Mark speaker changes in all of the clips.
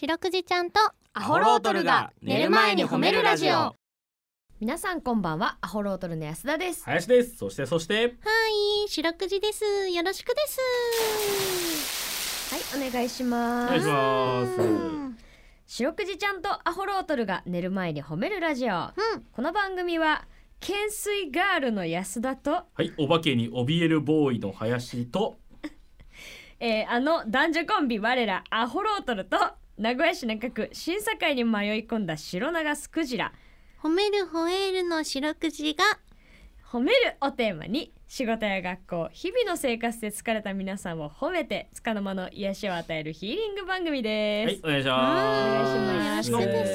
Speaker 1: 白くじちゃんと
Speaker 2: ア
Speaker 3: ホロートルが寝る前に褒めるラジオ
Speaker 2: 皆さんこんばんはアホロートルの安田です
Speaker 3: 林ですそしてそして
Speaker 1: はい白くじですよろしくです
Speaker 2: はいお願いしま
Speaker 3: お願いし
Speaker 2: す
Speaker 3: ます
Speaker 1: うん
Speaker 2: 白くじちゃんとアホロートルが寝る前に褒めるラジオ、この番組は懸垂ガールの安田と、
Speaker 3: はいお化けに怯えるボーイの林と
Speaker 2: えーあの男女コンビ我らアホロートルと名古屋市中区審査会に迷い込んだ白長スクジラ
Speaker 1: 褒める吠えるの白くじが
Speaker 2: 褒めるをテーマに仕事や学校日々の生活で疲れた皆さんを褒めてつかの間の癒しを与えるヒーリング番組で
Speaker 3: は
Speaker 2: す、
Speaker 3: いお願いします
Speaker 2: お願いしますよろしくで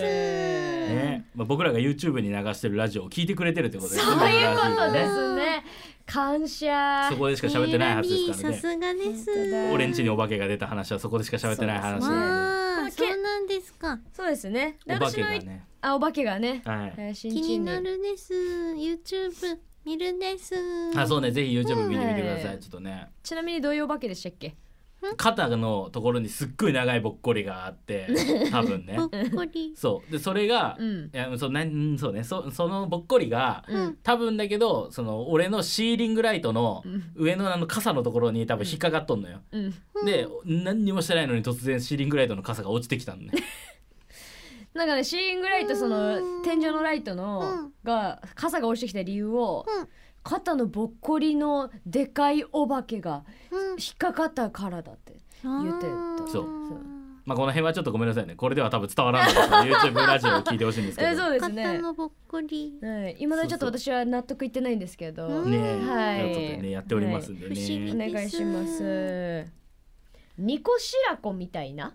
Speaker 2: す
Speaker 3: ね、まあ僕らが YouTube に流してるラジオを聞いてくれてるってことですね
Speaker 2: そういうことで
Speaker 3: ね
Speaker 2: すね。感謝。
Speaker 3: そこでしか喋ってないはずですか
Speaker 1: ね
Speaker 3: ら
Speaker 1: えラミーさ
Speaker 3: ね
Speaker 1: すがです
Speaker 2: 本当だ
Speaker 3: 俺んちにお化けが出た話はそこでしか喋ってない話
Speaker 2: そ
Speaker 3: で
Speaker 2: うですね
Speaker 1: わ
Speaker 2: こ
Speaker 1: あ
Speaker 2: のけ
Speaker 1: そうなんですか
Speaker 2: そうですね。で
Speaker 3: お化けが
Speaker 2: 私のい
Speaker 3: ね
Speaker 2: あお化けがね。
Speaker 3: はい
Speaker 2: えー新
Speaker 1: 気に
Speaker 2: 陳
Speaker 1: なるです YouTube 見るです
Speaker 3: あそうねぜひ YouTube 見てみてくださ
Speaker 2: はい
Speaker 3: いちょっとね
Speaker 2: ちなみにどういうお化けでしたっけ？
Speaker 3: 肩のところにすっごい長いぼっこりがあって多分ね
Speaker 1: ほっこり
Speaker 3: そうでそれが、
Speaker 2: うん
Speaker 3: いやそうなんそうねそそのぼっこりが、
Speaker 1: うん
Speaker 3: 多分だけどその俺のシーリングライトの
Speaker 2: うん
Speaker 3: 上のあの傘のところに多分引っかかっとんのよ、
Speaker 2: うん。
Speaker 3: で何にもしてないのに突然シーリングライトの傘が落ちてきたのね
Speaker 2: なんかねシーリングライトその天井のライト
Speaker 1: う
Speaker 2: の
Speaker 1: ん
Speaker 2: が傘が落ちてきた理由を
Speaker 1: うん
Speaker 2: 肩のぼっこりのでかいお化けが
Speaker 1: うん
Speaker 2: 引っかかったからだって。言ってた
Speaker 3: そう
Speaker 2: そう
Speaker 3: まあこの辺はちょっとごめんなさいねこれでは多分伝わらないから YouTube ラジオを聞いてほしいんですけ
Speaker 2: え
Speaker 3: ど
Speaker 2: ーそうです
Speaker 1: 肩
Speaker 2: ね。
Speaker 1: のぼっこり
Speaker 2: はい。今だにちょっと
Speaker 3: そう
Speaker 2: 私は納得いってないんですけど。
Speaker 1: うん
Speaker 3: ね
Speaker 2: はい
Speaker 3: ということでねやっておりますんでね、
Speaker 1: はい不思議
Speaker 2: お願いします。ニコシラコみたいな。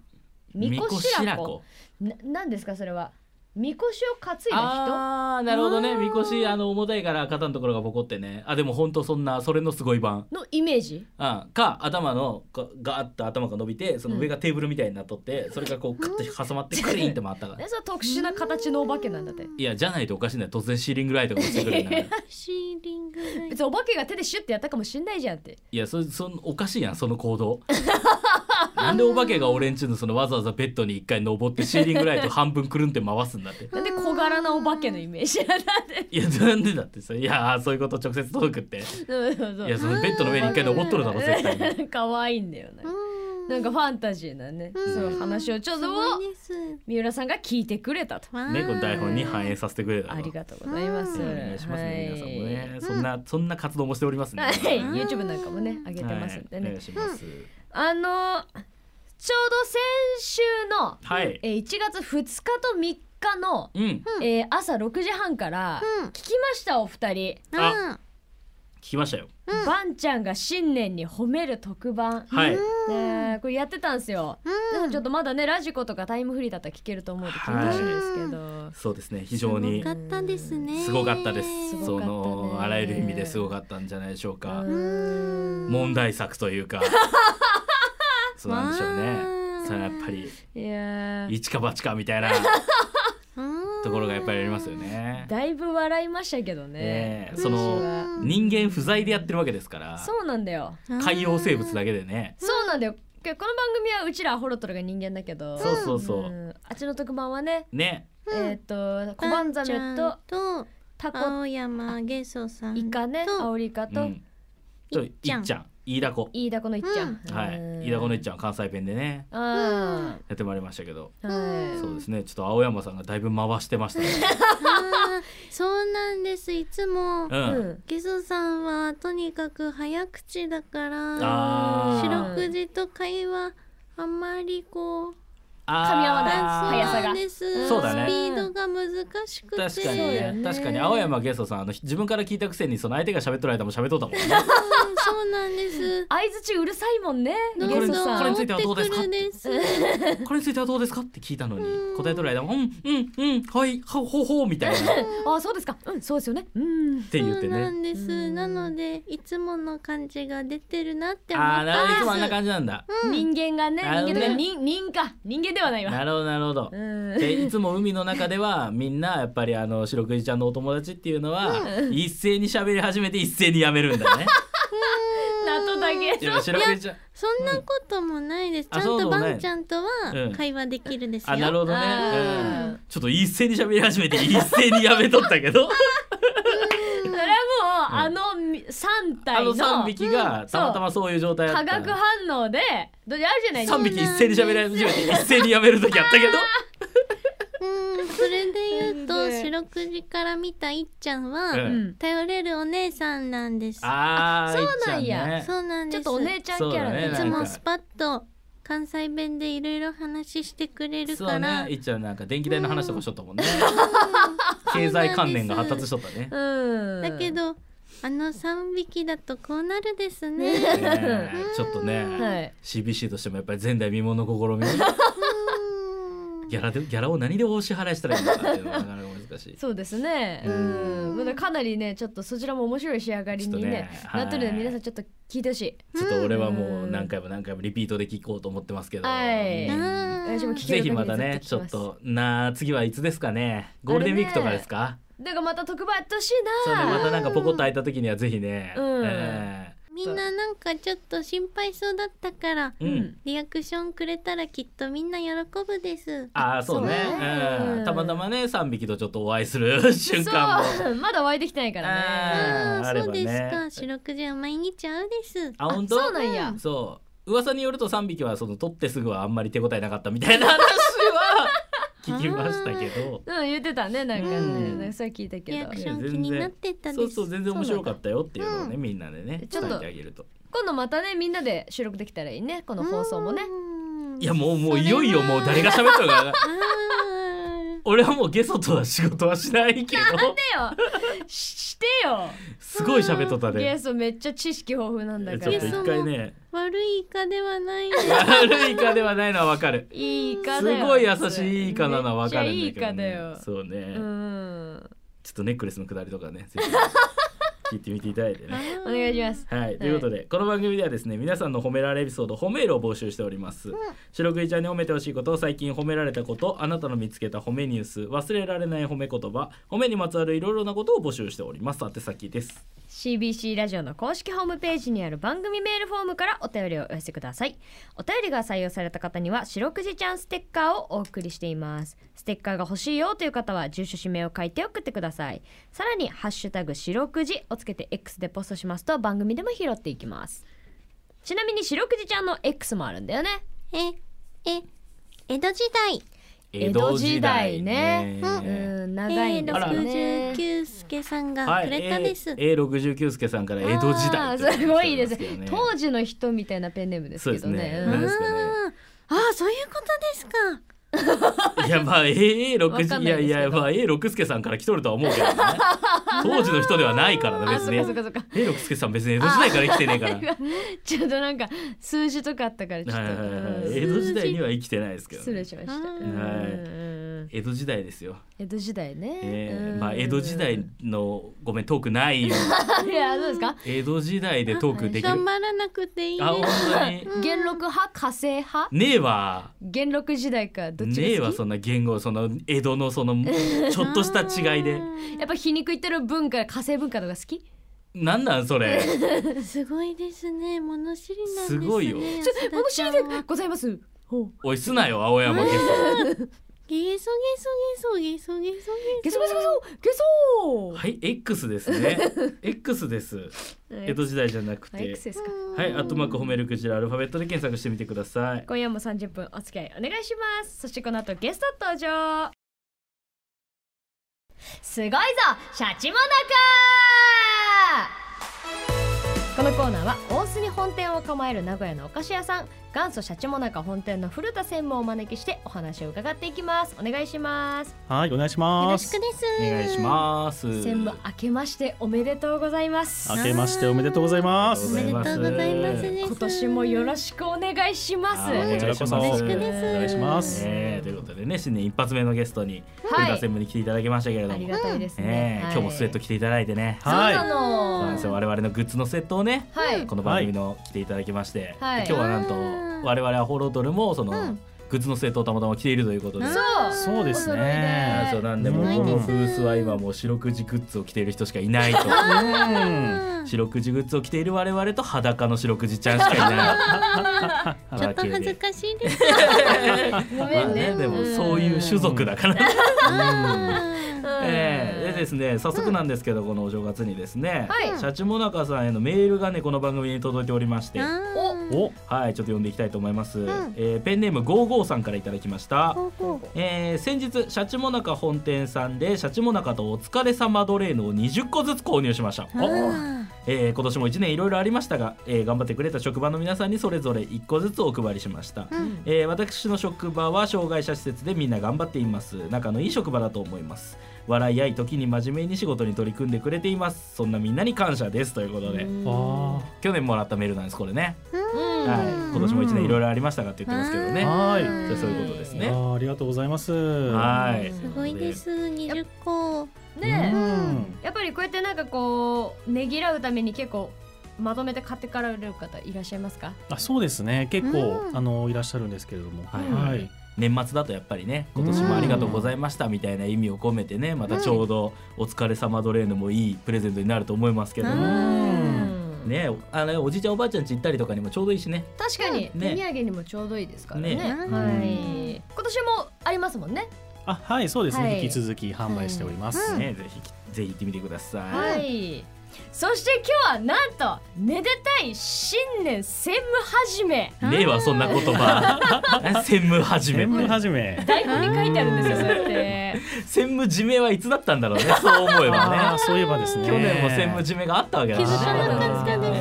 Speaker 2: ミコシラコ。ななんですかそれは。みこしを担いだ
Speaker 3: ああーなるほど
Speaker 1: あ
Speaker 3: ね
Speaker 1: ー
Speaker 3: みこしあの重たいから肩のところがボコってねあでも本当そんなそれのすごい版
Speaker 2: 人のイメージ。
Speaker 3: うん、か頭のこうガーッと頭が伸びてその上がテーブルみたいになっとって、それがこうカッと挟まってクリーンって回 ったか
Speaker 2: え
Speaker 3: ら
Speaker 2: それは特殊な形のお化けなんだって。
Speaker 3: いやじゃないとおかしいんだよ突然シーリングライトが落ちてくるんだから
Speaker 1: シーリングライ
Speaker 2: 別にお化けが手でシュッてやったかもしんないじゃんって。
Speaker 3: いやそそのおかしいやんその行動なんでお化けが俺んちのそのわざわざベッドに一回登ってシーリングライト半分くるんって回すんだ って
Speaker 2: なんで小柄なお化けのイメージなんだって。
Speaker 3: いやなんでだってさいやーそういうこと直接届くって
Speaker 2: そうそうそう
Speaker 3: いやそのベッドの上に一回登っとるだろ絶対 に。
Speaker 2: 可愛いんだよね。
Speaker 1: ト
Speaker 2: なんかファンタジーなね、
Speaker 1: うん
Speaker 2: その話をちょっと
Speaker 1: すごいです
Speaker 2: 三浦さんが聞いてくれたと。
Speaker 1: ね
Speaker 3: ねこの台本に反映させてくれた
Speaker 2: ありがとうございます。
Speaker 3: うんお願いしますね、
Speaker 2: はい
Speaker 3: 皆さんもねそんなそんな活動もしておりますね、
Speaker 2: はい、
Speaker 1: ん
Speaker 2: YouTube なんかもね上げてますん
Speaker 3: は
Speaker 2: で
Speaker 3: い、お
Speaker 2: ね、
Speaker 3: 願いします、
Speaker 2: あのちょうど先週の、
Speaker 3: はい
Speaker 2: えー1月2日と3日の、
Speaker 3: うん
Speaker 1: うん
Speaker 2: えー朝6時半から
Speaker 1: うん
Speaker 2: 聞きましたお二人、
Speaker 1: あ
Speaker 3: 聞きましたよ
Speaker 1: うん
Speaker 2: バンちゃんが新年に褒める特番、
Speaker 3: はい、
Speaker 2: ねえこれやってたんですよ、でもちょっとまだねラジコとかタイムフリーだったら聞けると思うんで聞いてほしいんですけど、
Speaker 3: そうですね非常に
Speaker 1: すごかったですね
Speaker 3: すごかったです
Speaker 2: すご
Speaker 3: そ
Speaker 2: かったね
Speaker 3: のあらゆる意味ですごかったんじゃないでしょうか、
Speaker 2: うん
Speaker 3: 問題作という かそうなんでしょう
Speaker 1: わー
Speaker 3: ねそれはやっぱり
Speaker 2: いやー
Speaker 3: 一か八かみたい なところがやっぱりありますよね
Speaker 2: だいぶ笑いましたけどね
Speaker 3: ねえその
Speaker 2: 私は
Speaker 3: 人間不在でやってるわけですから
Speaker 2: そうなんだよ
Speaker 3: 海洋生物だけでね
Speaker 2: そうなんだよ。けこの番組はうちらアホロトルが人間だけど。
Speaker 3: そうそうそうん
Speaker 2: あっちの特番はね、
Speaker 3: ね
Speaker 2: えっ、と、コバンザメと
Speaker 1: と
Speaker 2: タコ、
Speaker 1: 青山ゲソさん
Speaker 2: イカね、ア
Speaker 1: と
Speaker 2: オリイカと、
Speaker 3: うん、とい
Speaker 1: いっちゃん
Speaker 3: っちゃん飯田子
Speaker 2: イイダコのいっちゃん。
Speaker 3: はい飯田子のいっち
Speaker 2: ゃん。
Speaker 3: ゃんは関西弁でね
Speaker 2: あ
Speaker 3: やってまいりましたけど
Speaker 2: ーは
Speaker 1: うん
Speaker 2: い。
Speaker 3: そうですねちょっと青山さんがだいぶ回してましたね、
Speaker 1: あーそうなんですいつも
Speaker 3: うん
Speaker 2: うん。
Speaker 1: ゲソさんはとにかく早口だから
Speaker 3: あー
Speaker 1: 白くじと会話あんまりこう
Speaker 3: あー
Speaker 2: 噛み合わない
Speaker 1: あ
Speaker 2: 速さ
Speaker 1: そうな
Speaker 2: が
Speaker 1: んです
Speaker 3: そうだね
Speaker 1: スピードが難しくて
Speaker 3: 確かに
Speaker 2: そうだ
Speaker 3: ね
Speaker 2: よね
Speaker 3: 確かに青山ゲストさんあの自分から聞いたくせにその相手が喋っとる間も喋っとったもんね
Speaker 1: うんそうなんです
Speaker 2: 相槌うるさいもんね。
Speaker 1: ど
Speaker 3: う
Speaker 1: うぞ
Speaker 3: ぞ
Speaker 2: ゲスト
Speaker 3: これ
Speaker 2: さ
Speaker 3: に
Speaker 2: ん
Speaker 3: つ。いてはどうですかって
Speaker 1: です
Speaker 3: これについてはどうですかって聞いたのに
Speaker 1: うん
Speaker 3: 答えとる間もうんうんうんはいはほほうみたいなっ
Speaker 2: あ、そうですか。うん、そうですよね。うん。
Speaker 3: て言っ
Speaker 1: そ
Speaker 3: て
Speaker 1: うな
Speaker 3: ね
Speaker 1: んで
Speaker 2: う
Speaker 1: す
Speaker 2: ん
Speaker 1: なのでいつもの感じが出てるなって思っ
Speaker 3: ああー
Speaker 1: た
Speaker 3: なるほどいつもあんな
Speaker 1: で
Speaker 3: 感じなんだ、
Speaker 2: 人間がね、
Speaker 3: なるほ
Speaker 2: 人
Speaker 3: どね
Speaker 2: 間とか、人、人か、人間ではないわ。
Speaker 3: なるほどなるほど
Speaker 2: う、ん。
Speaker 3: でいつも海の中ではみんなやっぱりあの白くじちゃんのお友達っていうのは一斉に喋り始めて一斉にやめるんだね
Speaker 2: なとだけ
Speaker 3: いや白くじちゃん
Speaker 1: そんなこともないです。ち
Speaker 3: うん
Speaker 1: ゃん
Speaker 3: あそうで
Speaker 1: と
Speaker 3: もな
Speaker 1: バ
Speaker 3: い
Speaker 1: ンちゃんと
Speaker 3: う
Speaker 1: は
Speaker 3: ん
Speaker 1: 会話できるですよ。
Speaker 3: あなるほどね、うん
Speaker 2: あー
Speaker 3: ちょっと一斉に喋り始めて一斉にやめとったけど
Speaker 2: それはもう、あの3
Speaker 3: あ
Speaker 2: 体
Speaker 3: の
Speaker 2: の
Speaker 3: 3匹が
Speaker 2: ん
Speaker 3: たまたまそういう状態だ
Speaker 2: 化
Speaker 3: った
Speaker 2: 学反応でどれあるじゃない
Speaker 3: 3匹一斉に喋り始めて一斉にやめる時あったけど
Speaker 1: うん、それで言うと
Speaker 2: ね
Speaker 1: 四六時から見たいっちゃん
Speaker 3: う
Speaker 1: は
Speaker 3: ん
Speaker 1: 頼れるお姉さんなんです。
Speaker 3: あー
Speaker 2: あそうなんや
Speaker 3: いっちゃね
Speaker 1: そうなん
Speaker 2: ち
Speaker 1: で
Speaker 2: ょっ
Speaker 1: す。
Speaker 2: とお姉ちゃんキ
Speaker 3: そ
Speaker 2: ャラ
Speaker 3: うだね
Speaker 1: い
Speaker 3: な
Speaker 1: つ
Speaker 3: んか
Speaker 1: もスパッと関西弁でいろいろ話してくれる
Speaker 3: そ
Speaker 1: か
Speaker 3: う
Speaker 1: ら、
Speaker 3: ねいっちゃんなんか電気代の話とかしとったもんね、経済関連が発達しとったね
Speaker 2: うん
Speaker 1: だけどあの三匹だとこうなるです
Speaker 2: う
Speaker 1: ね。
Speaker 2: ん
Speaker 3: ねえちょっとね、
Speaker 2: はい
Speaker 3: CBC としてもやっぱり前代未聞の試みを
Speaker 1: うん
Speaker 3: ギャラでギャラを何でお支払いしたらいいのかっていうのがなかなか難しい。
Speaker 2: そうですねう
Speaker 1: うん
Speaker 2: んまだかなりねちょっとそちらも面白い仕上がりにね
Speaker 3: ちょっとね
Speaker 2: なってるの
Speaker 3: は
Speaker 2: で
Speaker 3: い
Speaker 2: 皆さんちょっと聞いてほしい
Speaker 3: ちょっと俺はもう何回も何回もリピートで聞こうと思ってますけど。
Speaker 2: はい
Speaker 3: うん
Speaker 2: 私も聞け
Speaker 3: ぜ
Speaker 2: る
Speaker 3: ひまた
Speaker 2: 限り
Speaker 3: ねち
Speaker 2: ず
Speaker 3: ょ
Speaker 2: と聞きま
Speaker 3: っ
Speaker 2: す
Speaker 3: となあ次はいつですかねゴールデンウィークとかですか
Speaker 2: だからまた特番やってほしい
Speaker 3: そうね
Speaker 2: な
Speaker 3: またなんかポコッと開いた時にはぜひね、
Speaker 2: うん
Speaker 3: え
Speaker 1: みんななんかちょっと心配そうだったから
Speaker 3: ーうん、
Speaker 1: リアクションくれたらきっとみんな喜ぶです。
Speaker 3: ああそうね
Speaker 2: そうね
Speaker 3: うんたまたまね3匹とちょっとお会いする瞬間も
Speaker 2: そうまだ湧いてきてないからね
Speaker 1: あ
Speaker 3: あーあ
Speaker 1: あ
Speaker 3: れ
Speaker 1: そう
Speaker 3: ば
Speaker 1: です
Speaker 3: ね
Speaker 1: か。四六時は毎日会うです。
Speaker 3: あ本当
Speaker 2: そうなんや
Speaker 3: そう噂によると3匹はその取ってすぐはあんまり手応えなかったみたいな話は聞きましたけど
Speaker 2: うん言ってたねなんかね
Speaker 3: うん
Speaker 2: なんかそれ聞いたけ
Speaker 1: リア
Speaker 2: ど
Speaker 1: クション気になってた
Speaker 3: そ
Speaker 1: で
Speaker 3: う
Speaker 1: す。
Speaker 3: そう全然面白かったよっていうのをね、みんなでね
Speaker 2: ちょっ
Speaker 3: 伝
Speaker 2: と
Speaker 3: えてあげると
Speaker 2: 今度またねみんなで収録できたらいいねこの放送もね
Speaker 1: うん
Speaker 3: いやもうもういよいよもう誰が喋ったのか
Speaker 1: あー
Speaker 3: 俺はもうゲソとは仕事はしない けど
Speaker 2: なんでよししてよ
Speaker 3: すごい喋っとった
Speaker 2: ゲ
Speaker 3: で、
Speaker 2: ストめっちゃ知識豊富なん
Speaker 3: ち
Speaker 2: だか
Speaker 3: ょっ
Speaker 2: ら
Speaker 3: と一回ね
Speaker 1: 悪いイカではない。
Speaker 3: 悪いかではないのはわかる
Speaker 2: いいイカ
Speaker 3: す
Speaker 2: だよ
Speaker 3: ごい優しいイカなのはわかるんだけど、ね、
Speaker 2: めっちゃいいイカだよ
Speaker 3: そうね、
Speaker 2: うん
Speaker 3: ちょっとネックレスのくだりとかねぜ ひ聞いてみていただいてね
Speaker 2: お願いします
Speaker 3: はい、ということで、この番組ではですね皆さんの褒められエピソード褒めるを募集しております、白くじちゃんに褒めてほしいこと最近褒められたことあなたの見つけた褒めニュース忘れられない褒め言葉褒めにまつわるいろいろなことを募集しております宛先です
Speaker 2: CBC ラジオの公式ホームページにある番組メールフォームからお便りをお寄せくださいお便りが採用された方には「白くじちゃんステッカー」をお送りしていますステッカーが欲しいよという方は住所氏名を書いて送ってくださいさらに「ハッシュタグ白くじ」をつけて X でポストしますと番組でも拾っていきますちなみに白くじちゃんの X もあるんだよね
Speaker 1: え、え、江戸時代。
Speaker 2: 江戸時代ね
Speaker 3: 江戸時代ね
Speaker 2: うん長いんですよね
Speaker 1: えー、69助さんが
Speaker 3: は
Speaker 1: く
Speaker 3: い、
Speaker 1: れたです。
Speaker 3: A69 助さんから江戸時
Speaker 2: あ
Speaker 3: 代
Speaker 2: ーすごいです
Speaker 3: とうことで
Speaker 2: 当時の人みたいなペンネームです
Speaker 3: そうで
Speaker 2: け
Speaker 3: す
Speaker 2: どね
Speaker 3: ね
Speaker 2: うん
Speaker 3: 何ですかね
Speaker 1: あーあー、そういうことですか。
Speaker 3: いやまあ A6
Speaker 2: わかん
Speaker 3: い
Speaker 2: な
Speaker 3: や
Speaker 2: いですけ
Speaker 3: い
Speaker 2: ど
Speaker 3: やまあ A6 助さんから来とるとは思うけどね当時の人ではないからな
Speaker 2: あ
Speaker 3: 別
Speaker 2: そっ
Speaker 3: に
Speaker 2: かそっかそっか
Speaker 3: A6 助さん別に江戸時代から生きてねえから
Speaker 2: ちょっとなんか数字とかあったからちょっと、
Speaker 3: はいはいはいはい
Speaker 2: うん
Speaker 3: 江戸時代には生きてないですけどね、
Speaker 2: 失礼しました。
Speaker 1: はい
Speaker 2: うん
Speaker 3: 江戸時代ですよ、
Speaker 2: 江戸時代ね。
Speaker 3: え
Speaker 2: う
Speaker 3: ー
Speaker 2: ん
Speaker 3: まあ、江戸時 代のごめんトークないよ
Speaker 2: いやどうですか？
Speaker 3: 江戸時代でトークできる
Speaker 1: 頑張らなくていいで
Speaker 3: あ本
Speaker 1: す。
Speaker 3: 当に
Speaker 2: 元禄派火星派？
Speaker 3: ねえわ
Speaker 2: 元禄時代かどっちが好き？
Speaker 3: ねえわそんな言語その江戸のそ のちょっとした違いで
Speaker 2: やっぱ皮肉言ってる文化火星文化とか好き？
Speaker 3: なんなんそれ
Speaker 1: すごいですね。物知りなんですね。
Speaker 3: すごいよ
Speaker 2: ちょっと面白い
Speaker 1: 安田ちゃん
Speaker 2: で
Speaker 1: は
Speaker 2: ございます。ほう。
Speaker 3: おいすなよ青山ゲ ソ
Speaker 1: ゲソゲソゲソゲソゲソ
Speaker 2: ゲソゲソゲソゲソ。
Speaker 3: はい X ですね X です江戸時代じゃなく
Speaker 2: はい。エ
Speaker 3: て
Speaker 2: クセスか。
Speaker 3: はいアットマーク褒めるクジラアルファベットで検索してみてください
Speaker 2: 今夜も30分お付き合いお願いしますそしてこの後ゲスト登場すごいぞシャチモナカこのコーナーは大須に本店を構える名古屋のお菓子屋さん元祖シャチモナカ本店の古田専務をお招きしてお話を伺っていきますお願いします
Speaker 4: はい、お願いし
Speaker 1: よ
Speaker 4: ま
Speaker 1: ろし
Speaker 4: す
Speaker 1: く。です。
Speaker 3: お願いします
Speaker 2: 専務明けましておめでとうございます
Speaker 4: 明けましておめでとうございま
Speaker 1: お
Speaker 4: す。
Speaker 1: めでとうございますです。
Speaker 2: 今年もよろしくお願いします
Speaker 3: はい
Speaker 4: こちらこそ
Speaker 3: お願い
Speaker 1: しますよろしくです
Speaker 4: お願いします。
Speaker 3: ねえということでね新年一発目のゲストに上
Speaker 2: は
Speaker 3: 田
Speaker 2: い
Speaker 3: 専務に来ていただきましたけれども、
Speaker 2: ありがたいですね
Speaker 3: ねえ
Speaker 2: はい
Speaker 3: 今日もスウェット着ていただいてね、
Speaker 2: そう
Speaker 4: はい
Speaker 2: なの
Speaker 3: そうなんですよ我々のグッズのセットをね
Speaker 2: はい
Speaker 3: この番組の着ていただきまして、
Speaker 2: はい
Speaker 3: で今日はなんと
Speaker 1: うん
Speaker 3: 我々はホロドルもその、
Speaker 1: うん
Speaker 3: グッズの生徒をたまたま着ているということで。
Speaker 2: そう
Speaker 4: そうですね
Speaker 3: そうなんで
Speaker 4: うん
Speaker 3: もこのブースは今もう四六時グッズを着ている人しかいないと
Speaker 4: うん
Speaker 1: うんち
Speaker 3: 四六時グッズを着ている我々と裸の四六時ちゃんしかい ない
Speaker 1: ょっと恥ずかしいです。
Speaker 2: ご
Speaker 3: まあねでもそういう種族だか
Speaker 1: う
Speaker 3: ら
Speaker 1: ん
Speaker 3: ええでですね早速なんですけど、このお正月にですね、
Speaker 2: はい
Speaker 3: シャチモナカさんへのメールがねこの番組に届いておりまして、
Speaker 2: お
Speaker 4: お
Speaker 3: はいちょっと読んでいきたいと思います、
Speaker 1: ん
Speaker 3: えーペンネーム55さんからいただきました、
Speaker 1: ほうほ
Speaker 3: えー先日シャチモナカ本店さんでシャチモナカとお疲れ様ドレーヌを20個ずつ購入しました、
Speaker 1: ううん
Speaker 3: えー今年も1年いろいろありましたが、えー頑張ってくれた職場の皆さんにそれぞれ1個ずつお配りしました、
Speaker 1: うん
Speaker 3: えー私の職場は障害者施設でみんな頑張っています仲のいい職場だと思います笑い合い時に真面目に仕事に取り組んでくれていますそんなみんなに感謝ですということで
Speaker 4: あ
Speaker 3: 去年もらったメールなんですこれね、
Speaker 2: うん
Speaker 3: はい、今年も1年いろいろありましたがって言ってますけどね、
Speaker 1: うん
Speaker 3: は
Speaker 4: はい
Speaker 3: じゃあそういうことです
Speaker 4: ー
Speaker 3: ね
Speaker 4: あーありがとうございます
Speaker 3: い
Speaker 1: すごいです。二十個。
Speaker 2: ね
Speaker 4: うん
Speaker 2: やっぱりこうやってなんかこうねぎらうために結構まとめて買ってかられる方いらっしゃいますか
Speaker 4: あそうですね結
Speaker 1: う
Speaker 4: 構
Speaker 1: ん
Speaker 4: あのいらっしゃるんですけれども
Speaker 3: はい
Speaker 2: はい
Speaker 3: 年末だとやっぱりね今年もありがとうございましたみたいな意味を込めてねまたちょうどお疲れ様ドレーヌもいいプレゼントになると思いますけど
Speaker 1: う
Speaker 3: も、
Speaker 1: ん
Speaker 2: うん
Speaker 3: ねあのおじいちゃんおばあちゃんち行ったりとかにもちょうどいいしね
Speaker 2: 確かに
Speaker 3: うん
Speaker 2: 手
Speaker 3: ね
Speaker 2: 土産にもちょうどいいですからね
Speaker 1: ね
Speaker 2: はい今年もありますもんね
Speaker 4: あはいそうです
Speaker 2: は
Speaker 4: ね
Speaker 2: い
Speaker 4: 引き続き販売しております
Speaker 1: うん
Speaker 3: ね、ぜひぜひ行ってみてください。
Speaker 2: はいそして今日はなんとめでたい新年専務始め
Speaker 3: ねえわそんな言 葉。専務始め
Speaker 4: 全。部はじめ
Speaker 2: 台本に書いてあるんですよそれって
Speaker 3: 専務締めはいつだったん だろうね。そう思え
Speaker 4: あ
Speaker 3: ば
Speaker 4: ー
Speaker 3: ね。
Speaker 4: そういえばですね
Speaker 3: 去年も専務締めがあったわけだ
Speaker 2: 気
Speaker 3: な。
Speaker 2: づかなかったで
Speaker 3: ね
Speaker 2: す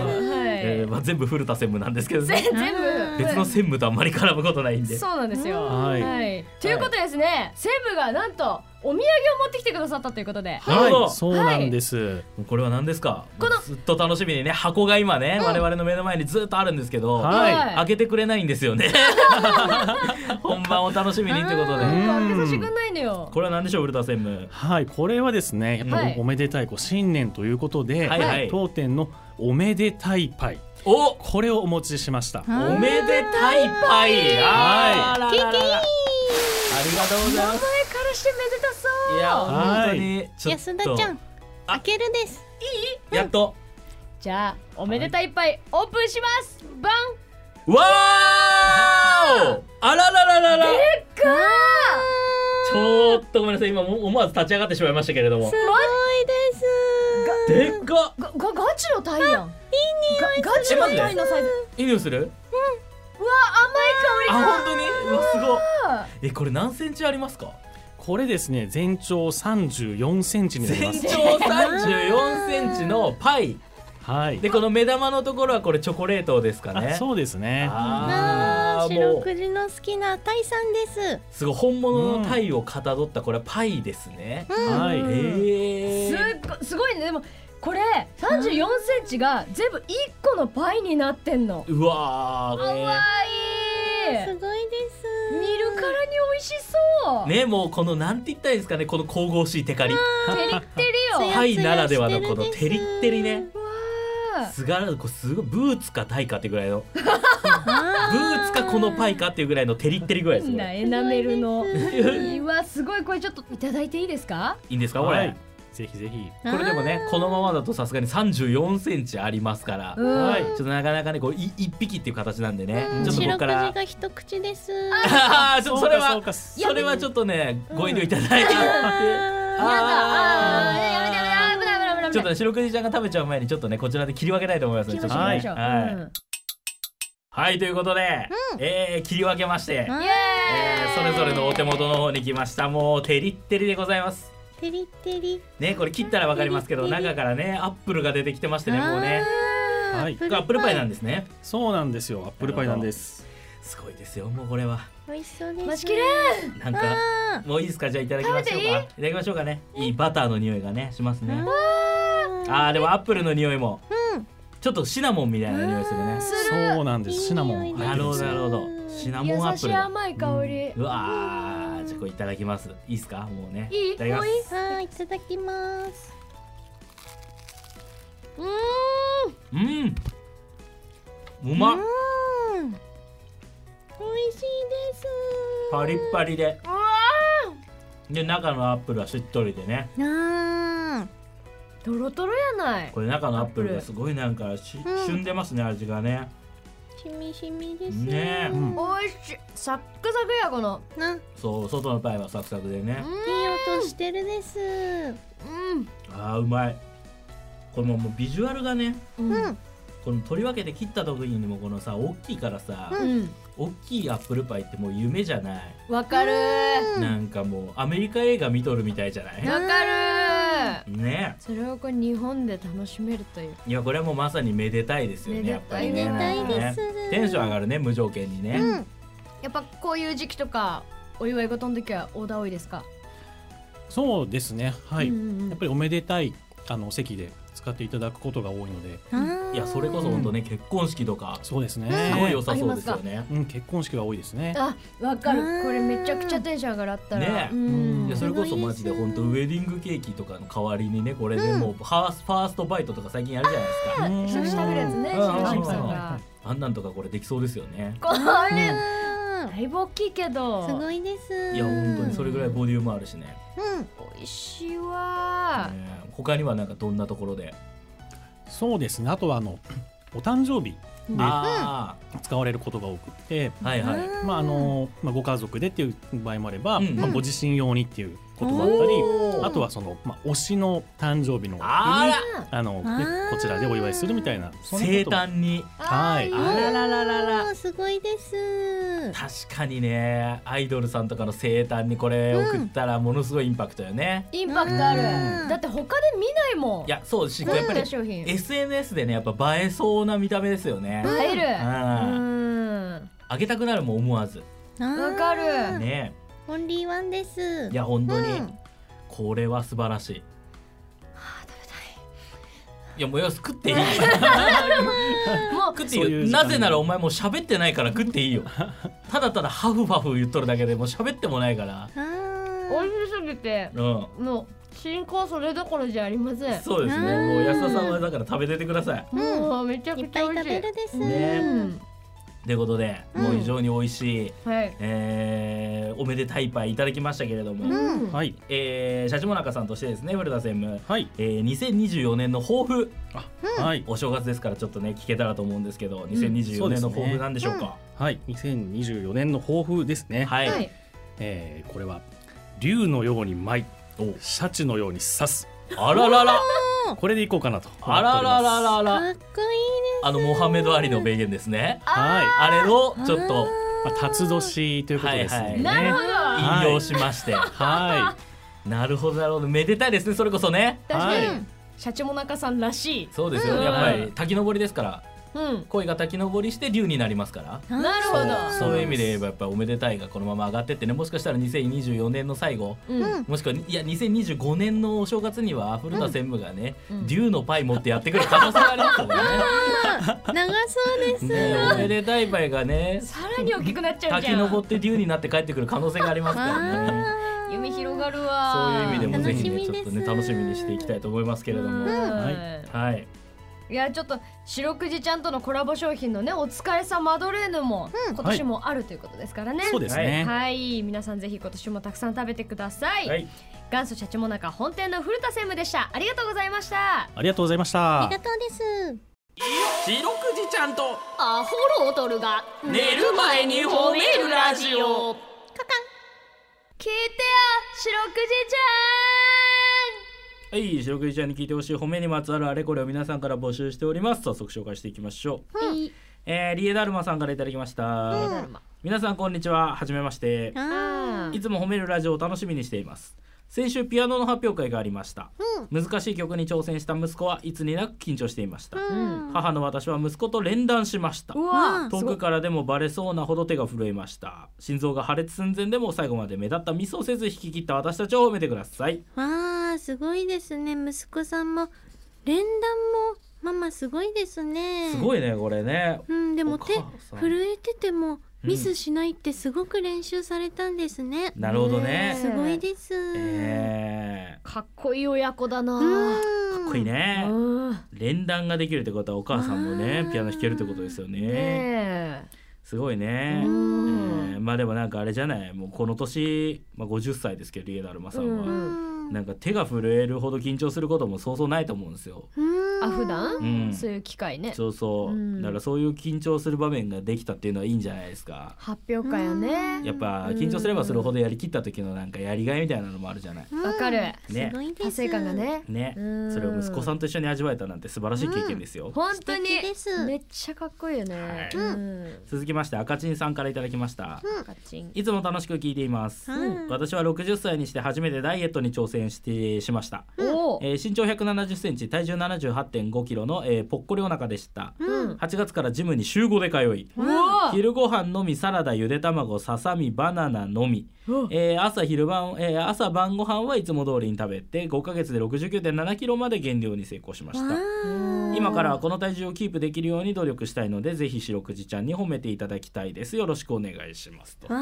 Speaker 3: えー
Speaker 2: は
Speaker 3: まあ全部古田専務なんですけど
Speaker 2: い
Speaker 3: ね。
Speaker 2: 全部
Speaker 3: 別の専務とあんまり絡むことないんで。
Speaker 2: そうなんですよ。
Speaker 1: うん
Speaker 4: はい
Speaker 2: ということでですね、セブがなんとお土産を持ってきてくださったということで。
Speaker 3: なるほど
Speaker 4: はいそうなんです
Speaker 3: これは何ですか
Speaker 2: この
Speaker 3: ずっと楽しみにね箱が今ね、我々の目の前にずっとあるんですけど、
Speaker 4: はい
Speaker 3: 開けてくれないんですよ ね本番を楽しみにってこと
Speaker 2: な
Speaker 3: で
Speaker 2: んか開けさせてくんないのよ。
Speaker 3: これは何でしょう古田専務
Speaker 4: はい、これはですね、やっぱ
Speaker 2: はい
Speaker 4: りおめでたいこう新年ということで、
Speaker 3: はいはい
Speaker 4: 当店のおめでたいパイ、
Speaker 3: お
Speaker 4: これをお持ちしました。
Speaker 1: あ
Speaker 3: おめでたいパイあーららららありがとうございます
Speaker 2: 前からしてめでたそ
Speaker 3: いや
Speaker 2: う。
Speaker 3: 本当にちょっと
Speaker 1: 安田ちゃん。開けるです。
Speaker 3: やっと
Speaker 2: じゃあおめでたいっぱいオープンします。バン
Speaker 3: わーおあららららら
Speaker 2: か
Speaker 3: ちょっとごめんなさい今も思わず立ち上がってしまいましたけれども
Speaker 1: すごいです。
Speaker 3: でっかっ
Speaker 2: ー。ががガチのタイやん。いいガガチのタイのサイズ。
Speaker 3: いい匂いする
Speaker 2: うわ甘い
Speaker 3: あ
Speaker 2: 香り
Speaker 3: 本当にうわすごい
Speaker 2: が。
Speaker 3: えこれ何センチありますか
Speaker 4: これですね、全長34センチになり
Speaker 3: 全
Speaker 4: ます。
Speaker 3: 長34センチのパイ
Speaker 4: はい。
Speaker 3: でこの目玉のところはこれチョコレートですか
Speaker 4: あ
Speaker 3: ね
Speaker 4: そうですね。
Speaker 3: あ
Speaker 1: あ
Speaker 3: ー
Speaker 1: ー
Speaker 3: も
Speaker 1: 白
Speaker 3: う
Speaker 1: くじの好きなタイさんです。
Speaker 3: すごい本物のタイをかたどったこれはパイですね。
Speaker 4: は
Speaker 3: え
Speaker 4: い。
Speaker 3: ー
Speaker 2: すっごすごいねでもこれ34センチが全部一個のパイになってんの。
Speaker 3: うわー
Speaker 2: かわいい。
Speaker 1: すごいです。
Speaker 2: 見るからに美味しそう。
Speaker 3: ねもうこのなんて言ったらいいですかねこの神々しいテカリ
Speaker 2: 照り照りよ。
Speaker 1: 艶
Speaker 3: タイならではのこの
Speaker 1: 艶して
Speaker 3: テ
Speaker 1: るで
Speaker 3: リ
Speaker 1: す
Speaker 3: ッテリね
Speaker 2: うわあ
Speaker 3: すがらこうすごいブーツかタイかってぐらいのブ
Speaker 1: あ
Speaker 3: ーツかこのパイかっていうぐらいのテリッテリぐらいです
Speaker 2: 変
Speaker 3: こ
Speaker 2: な
Speaker 3: れ
Speaker 2: エナメルの。
Speaker 1: すごいです
Speaker 2: うわすごいこれちょっといただいていいですか？
Speaker 3: いいんですかこれ、
Speaker 4: はい。ぜひぜひ。
Speaker 1: ー
Speaker 3: これでもねこのままだとさすがに34センチありますから、
Speaker 2: う
Speaker 3: ち
Speaker 2: ん
Speaker 4: はい
Speaker 3: ょっとなかなかねこうい一匹っていう形なんでね、ちょっとこ
Speaker 1: 白
Speaker 3: こ
Speaker 1: く
Speaker 3: か
Speaker 1: じ
Speaker 3: ら
Speaker 1: が一口 です。
Speaker 3: あーちょっとそれ
Speaker 4: そう
Speaker 3: は
Speaker 4: かそう
Speaker 3: それはちょっとねご遠慮いただいて、
Speaker 1: あ
Speaker 3: あ
Speaker 2: やだあー
Speaker 3: ー
Speaker 2: やめてやめてあー危ない危ない危ない
Speaker 3: ちょっとね白くじちゃんが食べちゃう前にちょっとねこちらで切り分けたいと思いますので
Speaker 2: 気
Speaker 3: ち
Speaker 2: を
Speaker 3: ょっ
Speaker 2: つ
Speaker 3: と
Speaker 2: け
Speaker 3: ね
Speaker 2: ましょう。
Speaker 3: はいはい
Speaker 2: うん
Speaker 3: はいということで、えー切り分けまして、
Speaker 1: うん
Speaker 2: イ
Speaker 3: え
Speaker 2: エーイ
Speaker 3: ーそれぞれのお手元の方に来ましたもうテリッテリでございます
Speaker 1: か。テリテリ。
Speaker 3: ねこれ切ったらわかりますけど
Speaker 1: テリッテリ
Speaker 3: 中からねアップルが出てきてましてねもうね
Speaker 1: あー
Speaker 4: はい
Speaker 3: これアップルパイなんですね
Speaker 4: そうなんですよ。アップルパイなんです。
Speaker 3: すごいですよもうこれは
Speaker 1: 美味しそうです。
Speaker 2: マジ綺麗。
Speaker 3: なんか
Speaker 1: あ
Speaker 3: もういいですかじゃあいただきましょうか
Speaker 2: 食べていい
Speaker 3: いただきましょうかねいいバターの匂いがねしますね
Speaker 1: ーあ
Speaker 3: あーでもアップルの匂いも
Speaker 1: うん
Speaker 3: ちょっとシナモンみたいな匂いするね
Speaker 2: する
Speaker 4: そうなんです。シナモン入って
Speaker 3: なる
Speaker 4: るん
Speaker 3: ほ
Speaker 4: です
Speaker 3: どなる
Speaker 4: よ。
Speaker 3: ほどシナモンア
Speaker 2: 優
Speaker 3: ップ
Speaker 2: し
Speaker 3: ル
Speaker 2: い
Speaker 3: だ
Speaker 2: 甘い香り
Speaker 3: う。わーじゃあこれいただきますいいですかもうね
Speaker 2: いい
Speaker 3: ただきます
Speaker 2: もういい
Speaker 1: はい、いただきます。うー。
Speaker 3: うんうんまっ
Speaker 1: うーん。美味しいです
Speaker 3: パリッパリで
Speaker 1: うわ
Speaker 3: で中のアップルはしっとりでね
Speaker 1: ーあ
Speaker 2: トロトロやない
Speaker 3: これ中のアップルがすごいなんかし、
Speaker 1: うん
Speaker 3: 旬でますね味がね
Speaker 1: ーしみしみです
Speaker 3: ねえ
Speaker 4: うん
Speaker 2: おいしいサックサクやこの
Speaker 1: なうんいい
Speaker 3: そう外のパイはサクサクでね
Speaker 1: 音してるです
Speaker 2: うん
Speaker 3: あーうまいこれももうビジュアルがね
Speaker 2: うん
Speaker 1: う
Speaker 2: うん
Speaker 1: ん
Speaker 3: この取り分けて切った時にもこのさ大きいからさ、
Speaker 1: う
Speaker 3: 大きいアップルパイってもう夢じゃない、
Speaker 2: わかるわ
Speaker 1: うん
Speaker 3: なんかもうアメリカ映画見とるみたいじゃない、
Speaker 2: かる
Speaker 3: ね
Speaker 2: それをこう日本で楽しめるという
Speaker 3: えいやこれはもうまさにめでたいですよねやっぱり
Speaker 1: めで
Speaker 3: ね
Speaker 1: たい
Speaker 3: な
Speaker 1: で
Speaker 3: ん
Speaker 1: す
Speaker 3: かねテンション上がるね無条件にね、
Speaker 1: うん
Speaker 2: やっぱこういう時期とかお祝い事の時はオーダー多いですか
Speaker 4: そうですねはい、
Speaker 2: うんうんうん
Speaker 4: やっぱりおめでたいあの席で使っていただくことが多いので
Speaker 1: あー
Speaker 3: いやそれこそ本当ね結婚式とかす
Speaker 4: そうですね、
Speaker 3: ごい良さそうですよね、
Speaker 4: うん、結婚式が多いですね
Speaker 2: あわか
Speaker 1: う
Speaker 2: る
Speaker 1: ん
Speaker 2: これめちゃくちゃテンション上がるあったら、
Speaker 3: ねえ
Speaker 2: うん
Speaker 3: いやそれこそマジで本当ウェディングケーキとかの代わりにねこれでもうファースファーストバイトとか最近やるじゃないですか、
Speaker 4: うん
Speaker 2: 一口食べるやつね
Speaker 3: うん
Speaker 2: 白石さん
Speaker 4: は
Speaker 2: が
Speaker 3: あんなんとかこれできそうですよね
Speaker 2: これ
Speaker 1: あ
Speaker 2: だいぶ大きいけど
Speaker 1: ーすごいです
Speaker 3: いや本当にそれぐらいボリュームあるしね
Speaker 1: うん
Speaker 2: 美味しいわ
Speaker 3: ね他にはなんかどんなところで、
Speaker 4: そうですねあとはあのお誕生日
Speaker 2: うん
Speaker 3: あ
Speaker 4: 使われることが多くって、
Speaker 3: あはいはい、
Speaker 1: うん
Speaker 4: まああのまあ、ご家族でっていう場合もあれば、
Speaker 3: うん
Speaker 4: まあ、ご自身用にっていうこともあったり、
Speaker 3: おー
Speaker 4: あとはその、まあ、推しの誕生日の
Speaker 3: あら
Speaker 4: あの、ね
Speaker 1: あー
Speaker 4: こちらでお祝いするみたいなそんな
Speaker 3: 生
Speaker 4: ことも
Speaker 3: 誕に
Speaker 4: はい
Speaker 3: あららららら
Speaker 1: おーすごいです
Speaker 3: 確かにねアイドルさんとかの生誕にこれ送ったらものすごいインパクトよね、
Speaker 2: インパクトあ
Speaker 1: う
Speaker 2: る
Speaker 1: ん
Speaker 2: だって他で見ないもん
Speaker 3: いやそうし
Speaker 2: こう
Speaker 3: やっぱ
Speaker 2: い
Speaker 3: り
Speaker 2: う商品映
Speaker 3: SNS でねやっぱ映えそうな見た目ですよね、
Speaker 2: える
Speaker 3: うん
Speaker 2: うん
Speaker 3: あげたくなるもん思わず
Speaker 1: わ
Speaker 2: かる
Speaker 3: ね
Speaker 1: オンリーワンです
Speaker 3: いや本当に、
Speaker 1: うん
Speaker 3: これは素晴らしいいやもうよ食っていい
Speaker 2: もう
Speaker 3: 食っていい
Speaker 4: そういう
Speaker 3: よ
Speaker 4: 時間
Speaker 3: なぜならお前もう喋ってないから食っていいよただただハフハフ言っとるだけでもう喋ってもないから
Speaker 1: あ
Speaker 2: 美
Speaker 1: ー
Speaker 2: 味しすぎて
Speaker 3: うん
Speaker 2: もう進行それどころじゃありません
Speaker 3: そうですね
Speaker 1: うん
Speaker 3: もう安田さんはだから食べててください
Speaker 1: ん
Speaker 2: もうめちゃ
Speaker 1: いっ
Speaker 2: くち
Speaker 1: ぱい
Speaker 2: ゃ美
Speaker 1: 食
Speaker 2: 味し
Speaker 1: べ
Speaker 2: い
Speaker 1: るです
Speaker 3: ね
Speaker 2: うん
Speaker 3: ということで
Speaker 1: うん
Speaker 3: もう非常に美味しい、
Speaker 2: はい
Speaker 3: えーおめでたいパイいただきましたけれども、
Speaker 2: うん
Speaker 4: はい
Speaker 3: えー、シャチモナカさんとしてですね古田専務
Speaker 4: はい、
Speaker 3: えー、2024年の抱負
Speaker 4: はい
Speaker 3: お正月ですからちょっとね聞けたらと思うんですけど
Speaker 4: そ
Speaker 3: 2024
Speaker 4: うで
Speaker 3: 年
Speaker 4: す
Speaker 3: の
Speaker 4: ね
Speaker 3: 抱負なんでしょうか、
Speaker 4: はい、2024年の抱負ですね、
Speaker 3: はい、
Speaker 2: はい
Speaker 4: えーこれは竜のように舞い
Speaker 3: お
Speaker 4: シャチのように刺す
Speaker 3: あららら
Speaker 4: これでいこうかなと思ってお
Speaker 3: あ
Speaker 4: ります
Speaker 3: らららら
Speaker 1: か
Speaker 3: ら
Speaker 1: っこい
Speaker 3: あのモハメド・アリの名言ですね
Speaker 4: はい、
Speaker 3: あれの
Speaker 1: いです
Speaker 3: ちょっと
Speaker 4: まあ、辰年ということです
Speaker 3: はいは
Speaker 4: ね
Speaker 3: い
Speaker 2: なるほど
Speaker 4: はい
Speaker 3: 引用しまして、
Speaker 4: は
Speaker 3: なるほどなるほどめでたいですねそれこそね
Speaker 2: 確か
Speaker 4: は
Speaker 2: に社長も中さんらしい
Speaker 3: そうですよ
Speaker 2: うん
Speaker 3: やっぱり滝登りですから
Speaker 2: うん
Speaker 3: 恋が滝登りして竜になりますから
Speaker 1: うん
Speaker 2: なるほど
Speaker 1: あー
Speaker 3: そういう意味で言えばやっぱりおめでたいがこのまま上がってってねもしかしたら2024年の最後
Speaker 2: うん
Speaker 1: うん
Speaker 3: もしくはいや2025年のお正月には古田専務がね、
Speaker 2: うん
Speaker 3: 竜のパイ持ってやってくる可能性がありますか
Speaker 1: 長そ
Speaker 3: ら
Speaker 1: うです
Speaker 3: ねねおめでたいパイがね
Speaker 2: さらに大きくなっちゃうじ
Speaker 3: 滝
Speaker 2: ゃ
Speaker 3: 登
Speaker 2: ん
Speaker 3: って竜になって帰ってくる可能性がありますからね。
Speaker 1: あー
Speaker 2: 夢広がる
Speaker 3: そう
Speaker 2: わ
Speaker 3: いう意味でもぜひ
Speaker 1: 楽し
Speaker 3: ね
Speaker 1: み
Speaker 3: ちょ
Speaker 1: で
Speaker 3: っ
Speaker 1: す
Speaker 3: とね楽しみにしていきたいと思いますけれど
Speaker 2: うん
Speaker 3: も、
Speaker 4: は
Speaker 3: はい
Speaker 2: いやちょっと白くじちゃんとのコラボ商品のねお疲れさマドレーヌも今年もあるということですからね、
Speaker 4: い、そうですね、
Speaker 2: はい皆さんぜひ今年もたくさん食べてください、
Speaker 3: はい
Speaker 2: 元祖シャチモナカ本店の古田専務でしたありがとうございました
Speaker 4: ありがとうございました
Speaker 1: ありがとうです
Speaker 3: 白くじちゃんと
Speaker 2: アホロトルが
Speaker 3: 寝る前に褒めるラジオ
Speaker 2: 聞いてよ白くじち
Speaker 3: はい白くじちゃんに聞いてほしい褒めにまつわるあれこれを皆さんから募集しております早速紹介していきましょう、
Speaker 2: ゃん、いい
Speaker 3: えー、リエダルマさんからいただきました、
Speaker 2: だるま
Speaker 3: 皆さんこんにちははじめまして
Speaker 1: あ
Speaker 3: いつも褒めるラジオを楽しみにしています先週ピアノの発表会がありました、難しい曲に挑戦した息子はいつになく緊張していました、
Speaker 1: ーうん
Speaker 3: 母の私は息子と連弾しました
Speaker 2: うわ、
Speaker 1: うん
Speaker 3: 遠くからでもバレそうなほど手が震えました心臓が破裂寸前でも最後まで目立ったミスをせず引き切った私たちを褒めてください
Speaker 1: わあすごいですね息子さんも連弾もママすごいですね
Speaker 3: すごいねこれね
Speaker 1: うんでも手
Speaker 3: お母さん
Speaker 1: 震えててもミスしないってすごく練習されたんですね、
Speaker 3: なるほどね
Speaker 2: ね
Speaker 1: すごいです、
Speaker 3: え
Speaker 2: かっこいい親子だな、
Speaker 1: うん
Speaker 3: ー、かっこいいね
Speaker 2: うんね
Speaker 3: 連弾ができるってことはお母さんもね
Speaker 1: あー
Speaker 3: ピアノ弾けるってことですよね
Speaker 2: え
Speaker 3: すごいね。
Speaker 1: う
Speaker 3: え
Speaker 1: ん
Speaker 3: ーまあでもなんかあれじゃないもうこの年、まあ、50歳ですけどリエダルマさんは、
Speaker 2: う
Speaker 3: なんか手が震えるほど緊張することもそうそうないと思うんですよ。
Speaker 1: うん
Speaker 2: あ普段、
Speaker 3: うん
Speaker 2: そういう機会ね
Speaker 3: そうそう、
Speaker 2: うん
Speaker 3: だからそういう緊張する場面ができたっていうのはいいんじゃないですか。
Speaker 2: 発表会やね
Speaker 3: やっぱ緊張すればするほどやりきった時のなんかやりがいみたいなのもあるじゃない。
Speaker 1: うん
Speaker 2: わかる
Speaker 3: ね
Speaker 1: すごいです
Speaker 2: 達成感がね
Speaker 3: ね、
Speaker 2: うん
Speaker 3: それを息子さんと一緒に味わえたなんて素晴らしい経験ですよ。
Speaker 2: 本当に
Speaker 1: 素敵です
Speaker 2: めっちゃかっこいいよね、
Speaker 3: はい
Speaker 2: うん
Speaker 3: 続きまして赤チンさんからいただきました。
Speaker 2: ガチン
Speaker 3: いつも楽しく聞いています、
Speaker 1: うん
Speaker 3: 私は60歳にして初めてダイエットに挑戦してしました、
Speaker 2: おー
Speaker 3: えー身長1 7 0センチ体重7 8 5キロの、えーぽっこりお腹でした
Speaker 2: うん
Speaker 3: 8月からジムに週5で通いう
Speaker 2: わ
Speaker 3: 昼ご飯のみサラダゆで卵ささみバナナのみ、
Speaker 2: うん
Speaker 3: えー朝昼晩、えー朝晩ご飯はいつも通りに食べて5ヶ月で6 9 7キロまで減量に成功しまし
Speaker 1: わ
Speaker 3: た
Speaker 1: ー
Speaker 3: 今からはこの体重をキープできるように努力したいのでぜひ白くじちゃんに褒めていただきたいですよろしくお願いしますと、
Speaker 1: わ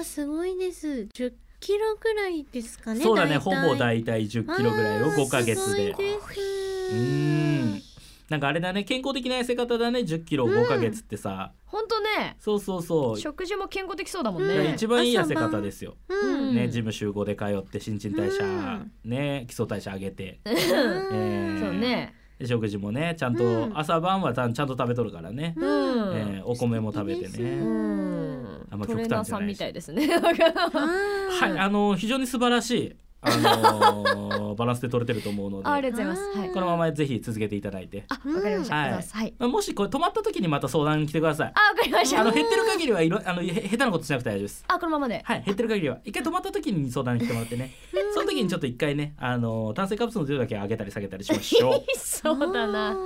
Speaker 1: あすごいです10キロぐらいですかね
Speaker 3: そうだね
Speaker 1: 大
Speaker 3: ほ
Speaker 1: 体
Speaker 3: ぼ大体1 0キロぐらいを
Speaker 1: わー
Speaker 3: 5ヶ月です
Speaker 1: ごいです
Speaker 3: うーんなんかあれだね健康的な痩せ方だね1 0キロ5ヶ月ってさ、
Speaker 2: ほんとね
Speaker 3: そうそうそう
Speaker 2: 食事も健康的そうだもん
Speaker 3: いや
Speaker 2: ね
Speaker 3: 一番いい痩せ方ですよ、
Speaker 1: うん
Speaker 2: う
Speaker 3: ね
Speaker 2: ん
Speaker 3: ジム集合で通って新陳代謝、
Speaker 1: うん
Speaker 3: ね基礎代謝上げて、えー
Speaker 2: そうね
Speaker 3: で食事もねちゃん
Speaker 1: う
Speaker 3: と
Speaker 1: ん
Speaker 3: 朝晩はたちゃんと食べとるからね、
Speaker 2: うん
Speaker 3: えーお米も食べて
Speaker 1: 素敵です
Speaker 3: ね、
Speaker 2: うん
Speaker 3: あんま
Speaker 2: ト
Speaker 3: 極
Speaker 2: レーナー
Speaker 3: 端じゃな
Speaker 2: さ
Speaker 3: いし
Speaker 2: んみたいです ねだから
Speaker 1: は
Speaker 3: はい、あの非常に素晴らしい、あ のバランスで取れてると思うので、
Speaker 2: ありがとうございますはい
Speaker 3: このままぜひ続けていただいて、
Speaker 2: あわかりました、
Speaker 3: うん
Speaker 2: ありがとうございますはい
Speaker 3: まあもしこれ止まった時にまた相談に来てください。
Speaker 2: あわかりまし
Speaker 3: あ
Speaker 2: た
Speaker 3: の減ってる限りはいろあのへ下手なことしなくて大丈夫です。
Speaker 2: あこのままで
Speaker 3: はい、減ってる限りは一回止まった時に相談に来てもらってね、その時にちょっと一回ね、あの炭水化物の量だけ上げたり下げたりしましょ
Speaker 2: そうだな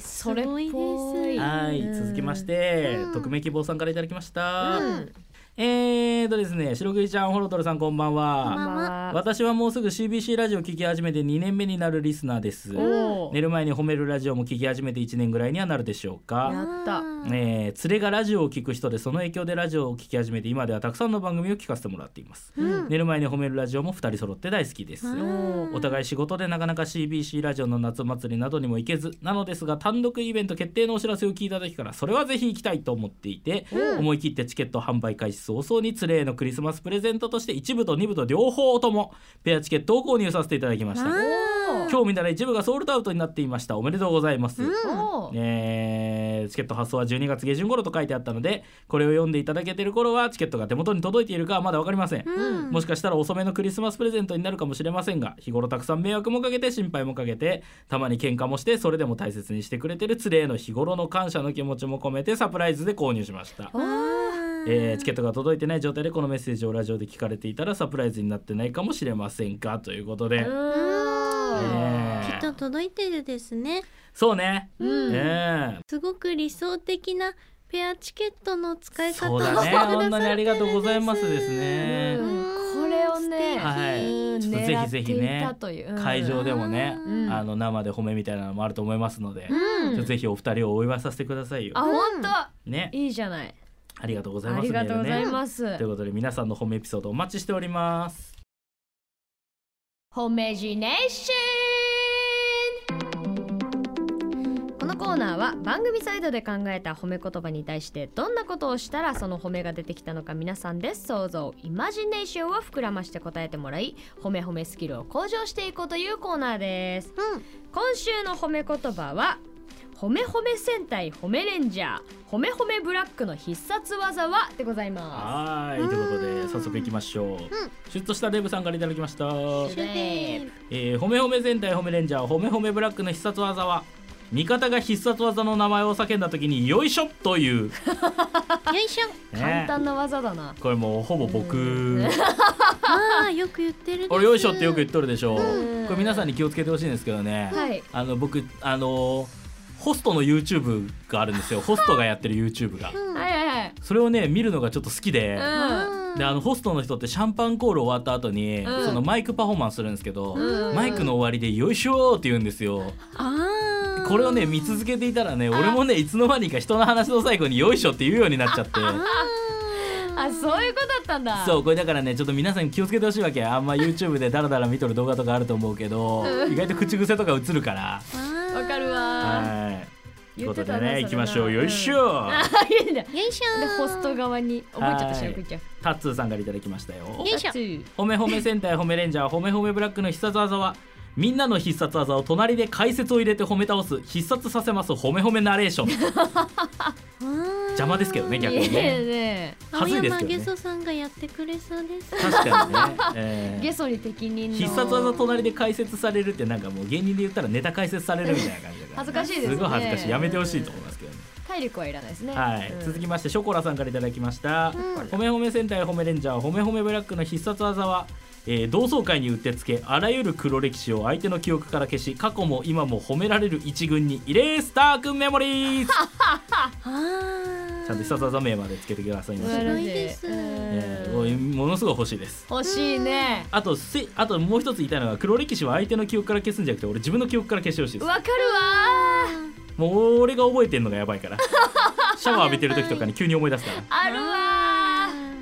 Speaker 2: それっぽ
Speaker 1: すごいで
Speaker 2: い
Speaker 3: う。
Speaker 1: す
Speaker 3: はい、続きまして、匿名希望さんからいただきました。
Speaker 2: うん
Speaker 3: えーとですね、白首ちゃん、ホロトルさんこんばん
Speaker 1: こんばん
Speaker 3: は。
Speaker 1: は
Speaker 3: 私はもうすぐ CBC ラジオ聞き始めて2年目になるリスナーです。
Speaker 2: お
Speaker 3: 寝
Speaker 2: ー
Speaker 3: る前に褒めるラジオも聞き始めて1年ぐらいにはなるでしょうか、
Speaker 2: やった
Speaker 3: えー連れがラジオを聞く人でその影響でラジオを聞き始めて今ではたくさんの番組を聞かせてもらっています、
Speaker 1: うん
Speaker 3: 寝る前に褒めるラジオも2人揃って大好きです、
Speaker 1: うん
Speaker 2: お
Speaker 3: お互い仕事でなかなか CBC ラジオの夏祭りなどにも行けずなのですが単独イベント決定のお知らせを聞いた時からそれはぜひ行きたいと思っていて、
Speaker 2: うん
Speaker 3: 思い切ってチケット販売開始早々に連れへのクリスマスプレゼントとして1部と2部と両方ともペアチケットを購入させていただきました
Speaker 2: お
Speaker 3: 今日見たら一部がソールドアウトになっていましたおめでとうございます、
Speaker 2: おー
Speaker 3: えーチケット発送は12月下旬頃と書いてあったのでこれを読んでいただけてる頃はチケットが手元に届いているかはまだ分かりません、
Speaker 1: うん
Speaker 3: もしかしたら遅めのクリスマスプレゼントになるかもしれませんが日頃たくさん迷惑もかけて心配もかけてたまに喧嘩もしてそれでも大切にしてくれてる連れへの日頃の感謝の気持ちも込めてサプライズで購入しました
Speaker 2: おー
Speaker 3: えーチケットが届いてない状態でこのメッセージをラジオで聞かれていたらサプライズになってないかもしれませんかということで、
Speaker 2: うん
Speaker 3: え
Speaker 1: き
Speaker 3: ー
Speaker 1: っと届いてるですね
Speaker 3: そうね、
Speaker 2: うん
Speaker 3: ねえ
Speaker 1: すごく理想的なペアチケットの使い方
Speaker 3: そ
Speaker 1: を
Speaker 3: う
Speaker 1: して
Speaker 3: だ
Speaker 1: くだ
Speaker 3: ね
Speaker 1: さってるんです
Speaker 3: 本当にありがとうございますですね
Speaker 2: うんこれをね
Speaker 1: 素敵
Speaker 3: はい
Speaker 2: うん
Speaker 3: ちょっとぜひぜひね
Speaker 2: 狙っていたといううん
Speaker 3: 会場でもね、
Speaker 2: うん
Speaker 3: あの生で褒めみたいなのもあると思いますので、
Speaker 2: うん
Speaker 3: ちょっとぜひお二人をお祝いさせてくださいよ
Speaker 2: あ本当
Speaker 3: ね
Speaker 2: いいじゃない
Speaker 3: ありがとうござい
Speaker 2: あ
Speaker 3: ます
Speaker 2: りがとうござい
Speaker 3: メールね
Speaker 2: ます
Speaker 3: ということで皆さんの褒めエピソードお待ちしております
Speaker 2: ホメジネーションこのコーナーは番組サイドで考えた褒め言葉に対してどんなことをしたらその褒めが出てきたのか皆さんで想像イマジネーションを膨らまして答えてもらい褒め褒めスキルを向上していこうというコーナーです
Speaker 1: うん
Speaker 2: 今週の褒め言葉は褒め褒め戦隊褒めレンジャー褒め褒めブラックの必殺技はでございま
Speaker 3: はーいということで早速いきましょう、シュッとしたデブさんからいただきました、
Speaker 2: す
Speaker 1: シュデー
Speaker 3: えー、褒め褒め戦隊褒めレンジャー褒め褒めブラックの必殺技は味方が必殺技の名前を叫んだ時に「よいしょ!」という、
Speaker 1: よいしょ
Speaker 3: ね
Speaker 2: 簡単な技だな
Speaker 3: これもうほぼ僕
Speaker 1: ああよく言ってるです
Speaker 3: 俺よいしょってよく言っとるでしょ、
Speaker 2: うん
Speaker 3: これ皆さんに気をつけてほしいんですけどね、
Speaker 2: はい
Speaker 3: あの僕あのホストの YouTube があるんですよホストがやってる YouTube が
Speaker 1: うん
Speaker 2: はいはいはい
Speaker 3: それをね見るのがちょっと好きで、
Speaker 2: うん
Speaker 1: うん
Speaker 3: であのホストの人ってシャンパンコール終わった後に、
Speaker 2: うん
Speaker 3: そのマイクパフォーマンスするんですけど、
Speaker 2: うん
Speaker 3: マイクの終わりで「よいしょ!」って言うんですよ
Speaker 1: あー
Speaker 3: これをね見続けていたらね俺もねいつの間にか人の話の最後に「よいしょ!」って言うようになっちゃって
Speaker 2: あそういうことだったんだ
Speaker 3: そうこれだからねちょっと皆さん気をつけてほしいわけあんま YouTube でダラダラ見とる動画とかあると思うけど意外と口癖とか映るから
Speaker 1: あー
Speaker 2: わかるわ
Speaker 3: はいということで
Speaker 2: 言ってた
Speaker 3: ね
Speaker 2: ね
Speaker 3: 行きましょうよいしょ、
Speaker 2: あいいんだで
Speaker 1: よいしょー
Speaker 2: ホスト側に覚えちゃった
Speaker 3: はい
Speaker 2: しろくちゃん
Speaker 3: タッツーさんからいただきましたよ
Speaker 1: よいしょ
Speaker 2: タトゥー
Speaker 3: 褒め褒め戦隊褒めレンジャー褒め褒めブラックの必殺技はみんなの必殺技を隣で解説を入れて褒め倒す必殺させます褒め褒めナレーション邪
Speaker 1: 邪
Speaker 3: 魔ですけどね逆に
Speaker 2: いい
Speaker 3: ね
Speaker 2: ね
Speaker 3: は
Speaker 1: 青
Speaker 3: ずいです
Speaker 1: 山
Speaker 3: けど
Speaker 1: ゲ
Speaker 3: ね
Speaker 1: ソさんがやってくれそうです
Speaker 3: 確かに ね、えー
Speaker 2: ゲソに適任の
Speaker 3: 必殺技隣で解説されるってなんかもう芸人で言ったらネタ解説されるみたいな感じだから
Speaker 2: 恥ずかしいですね
Speaker 3: すごい恥ずかしいやめてほしいと思いますけどね
Speaker 2: 体力はいらないですね
Speaker 3: はい、続きましてショコラさんからいただきました、
Speaker 1: うん
Speaker 3: 褒め褒め戦隊褒めレンジャー褒め褒めブラックの必殺技は、えー同窓会にうってつけあらゆる黒歴史を相手の記憶から消し過去も今も褒められる一軍にイレースター君メモリ ーズ
Speaker 1: あ
Speaker 3: ちゃんと必殺技名までつけてくださいま
Speaker 1: う
Speaker 3: し
Speaker 1: ん
Speaker 3: た、
Speaker 1: 白いです
Speaker 3: えーおいものすごい欲しいです
Speaker 2: 欲しいね
Speaker 3: あとせあともう一つ言いたいのが黒歴史は相手の記憶から消すんじゃなくて俺自分の記憶から消してほしいです
Speaker 2: わかるわ
Speaker 3: もう俺が覚えてんのがやば いからシャワー浴びてる時とかに急に思い出すから
Speaker 2: あるわ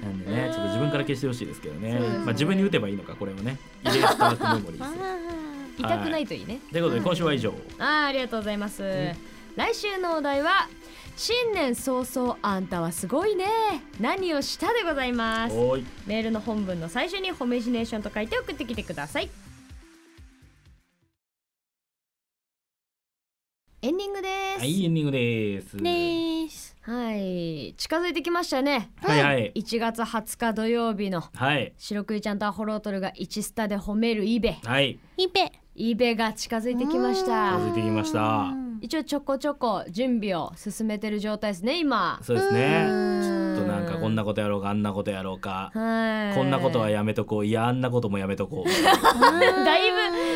Speaker 3: なんでねちょっと自分から消してほしいですけどね
Speaker 2: そうですね
Speaker 3: まあ、自分に打てばいいのかこれをねイレースタークメモリーズ
Speaker 1: あ
Speaker 2: 痛くないといいね
Speaker 3: ということで今週は以上
Speaker 2: あーありがとうございます、来週のお題は新年早々あんたはすごいね何をしたでございます
Speaker 3: おーい
Speaker 2: メールの本文の最初にホメジネーションと書いて送ってきてくださいエンディングです
Speaker 3: はいエンディングです
Speaker 1: です
Speaker 2: はい近づいてきましたね
Speaker 3: はいはい
Speaker 2: 1月20日土曜日の
Speaker 3: はい
Speaker 2: 白クイちゃんとアホロートルが1スタで褒めるイベ
Speaker 3: はい
Speaker 1: イペ
Speaker 2: イベが近づいてきまし
Speaker 3: 近
Speaker 2: た
Speaker 3: づいてきました
Speaker 2: 一応ちょこちょこ準備を進めてる状態ですね今
Speaker 3: そうですね
Speaker 1: うん
Speaker 3: ちょっとなんかこんなことやろうかあんなことやろうか
Speaker 2: はい
Speaker 3: こんなことは
Speaker 2: や
Speaker 3: やめとこういやあんなこともやめとこう
Speaker 2: だい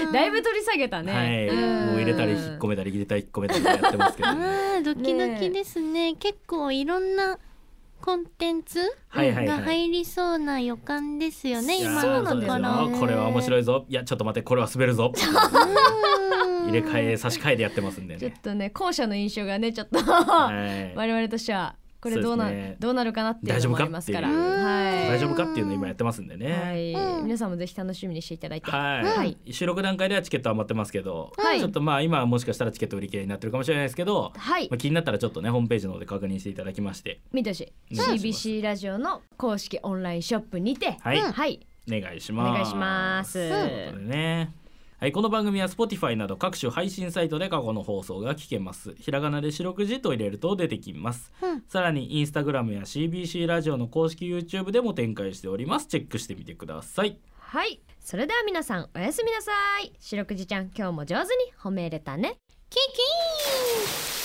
Speaker 2: ぶだいぶ取り下げたね、
Speaker 3: はい、
Speaker 2: ん
Speaker 3: もう入れたり引っ込めたり入れたり引っ込めたりやってますけど、ね、
Speaker 1: あードキドキですね結構いろんなコンテンツ
Speaker 3: はいはいは
Speaker 1: が
Speaker 3: い
Speaker 1: 入りそうな予感ですよね、
Speaker 3: いやー
Speaker 1: 今
Speaker 2: そうなんですよ
Speaker 3: そう
Speaker 1: だから
Speaker 3: これは面白いぞいやちょっと待ってこれは滑る ぞ入れ替え差し替えでやってますんで
Speaker 2: ちょっ
Speaker 3: ね
Speaker 2: とね後者の印象がねちょっと
Speaker 3: はい
Speaker 2: 我々としてはこれどうな
Speaker 3: そうですね
Speaker 2: どうなるかなっていうのもありますから
Speaker 3: 大丈夫
Speaker 2: はい
Speaker 3: 大丈夫かっていうのを今やってますんで
Speaker 2: は
Speaker 3: ね
Speaker 2: い、
Speaker 1: うん
Speaker 2: 皆さんもぜひ楽しみにしていただいて
Speaker 3: はい、
Speaker 2: はい
Speaker 3: 収録段階ではチケット余ってますけど、
Speaker 2: はい
Speaker 3: ちょっとまあ今はもしかしたらチケット売り切れになってるかもしれないですけど、
Speaker 2: はい
Speaker 3: まあ、気になったらちょっとねホームページの方で確認していただきまして
Speaker 2: 見てほしい
Speaker 3: お願いします
Speaker 2: CBC ラジオの公式オンラインショップにて
Speaker 3: はい
Speaker 2: はい、
Speaker 3: お願いします
Speaker 2: お願いします
Speaker 3: ということでねはい、この番組は Spotify など各種配信サイトで過去の放送が聞けます。ひらがなで四六時と入れると出てきます。
Speaker 1: うん
Speaker 3: さらに Instagram や CBC ラジオの公式 YouTube でも展開しております。チェックしてみてください。
Speaker 2: はいそれでは皆さんおやすみなさい白くじちゃん今日も上手に褒めれたね
Speaker 1: キキーン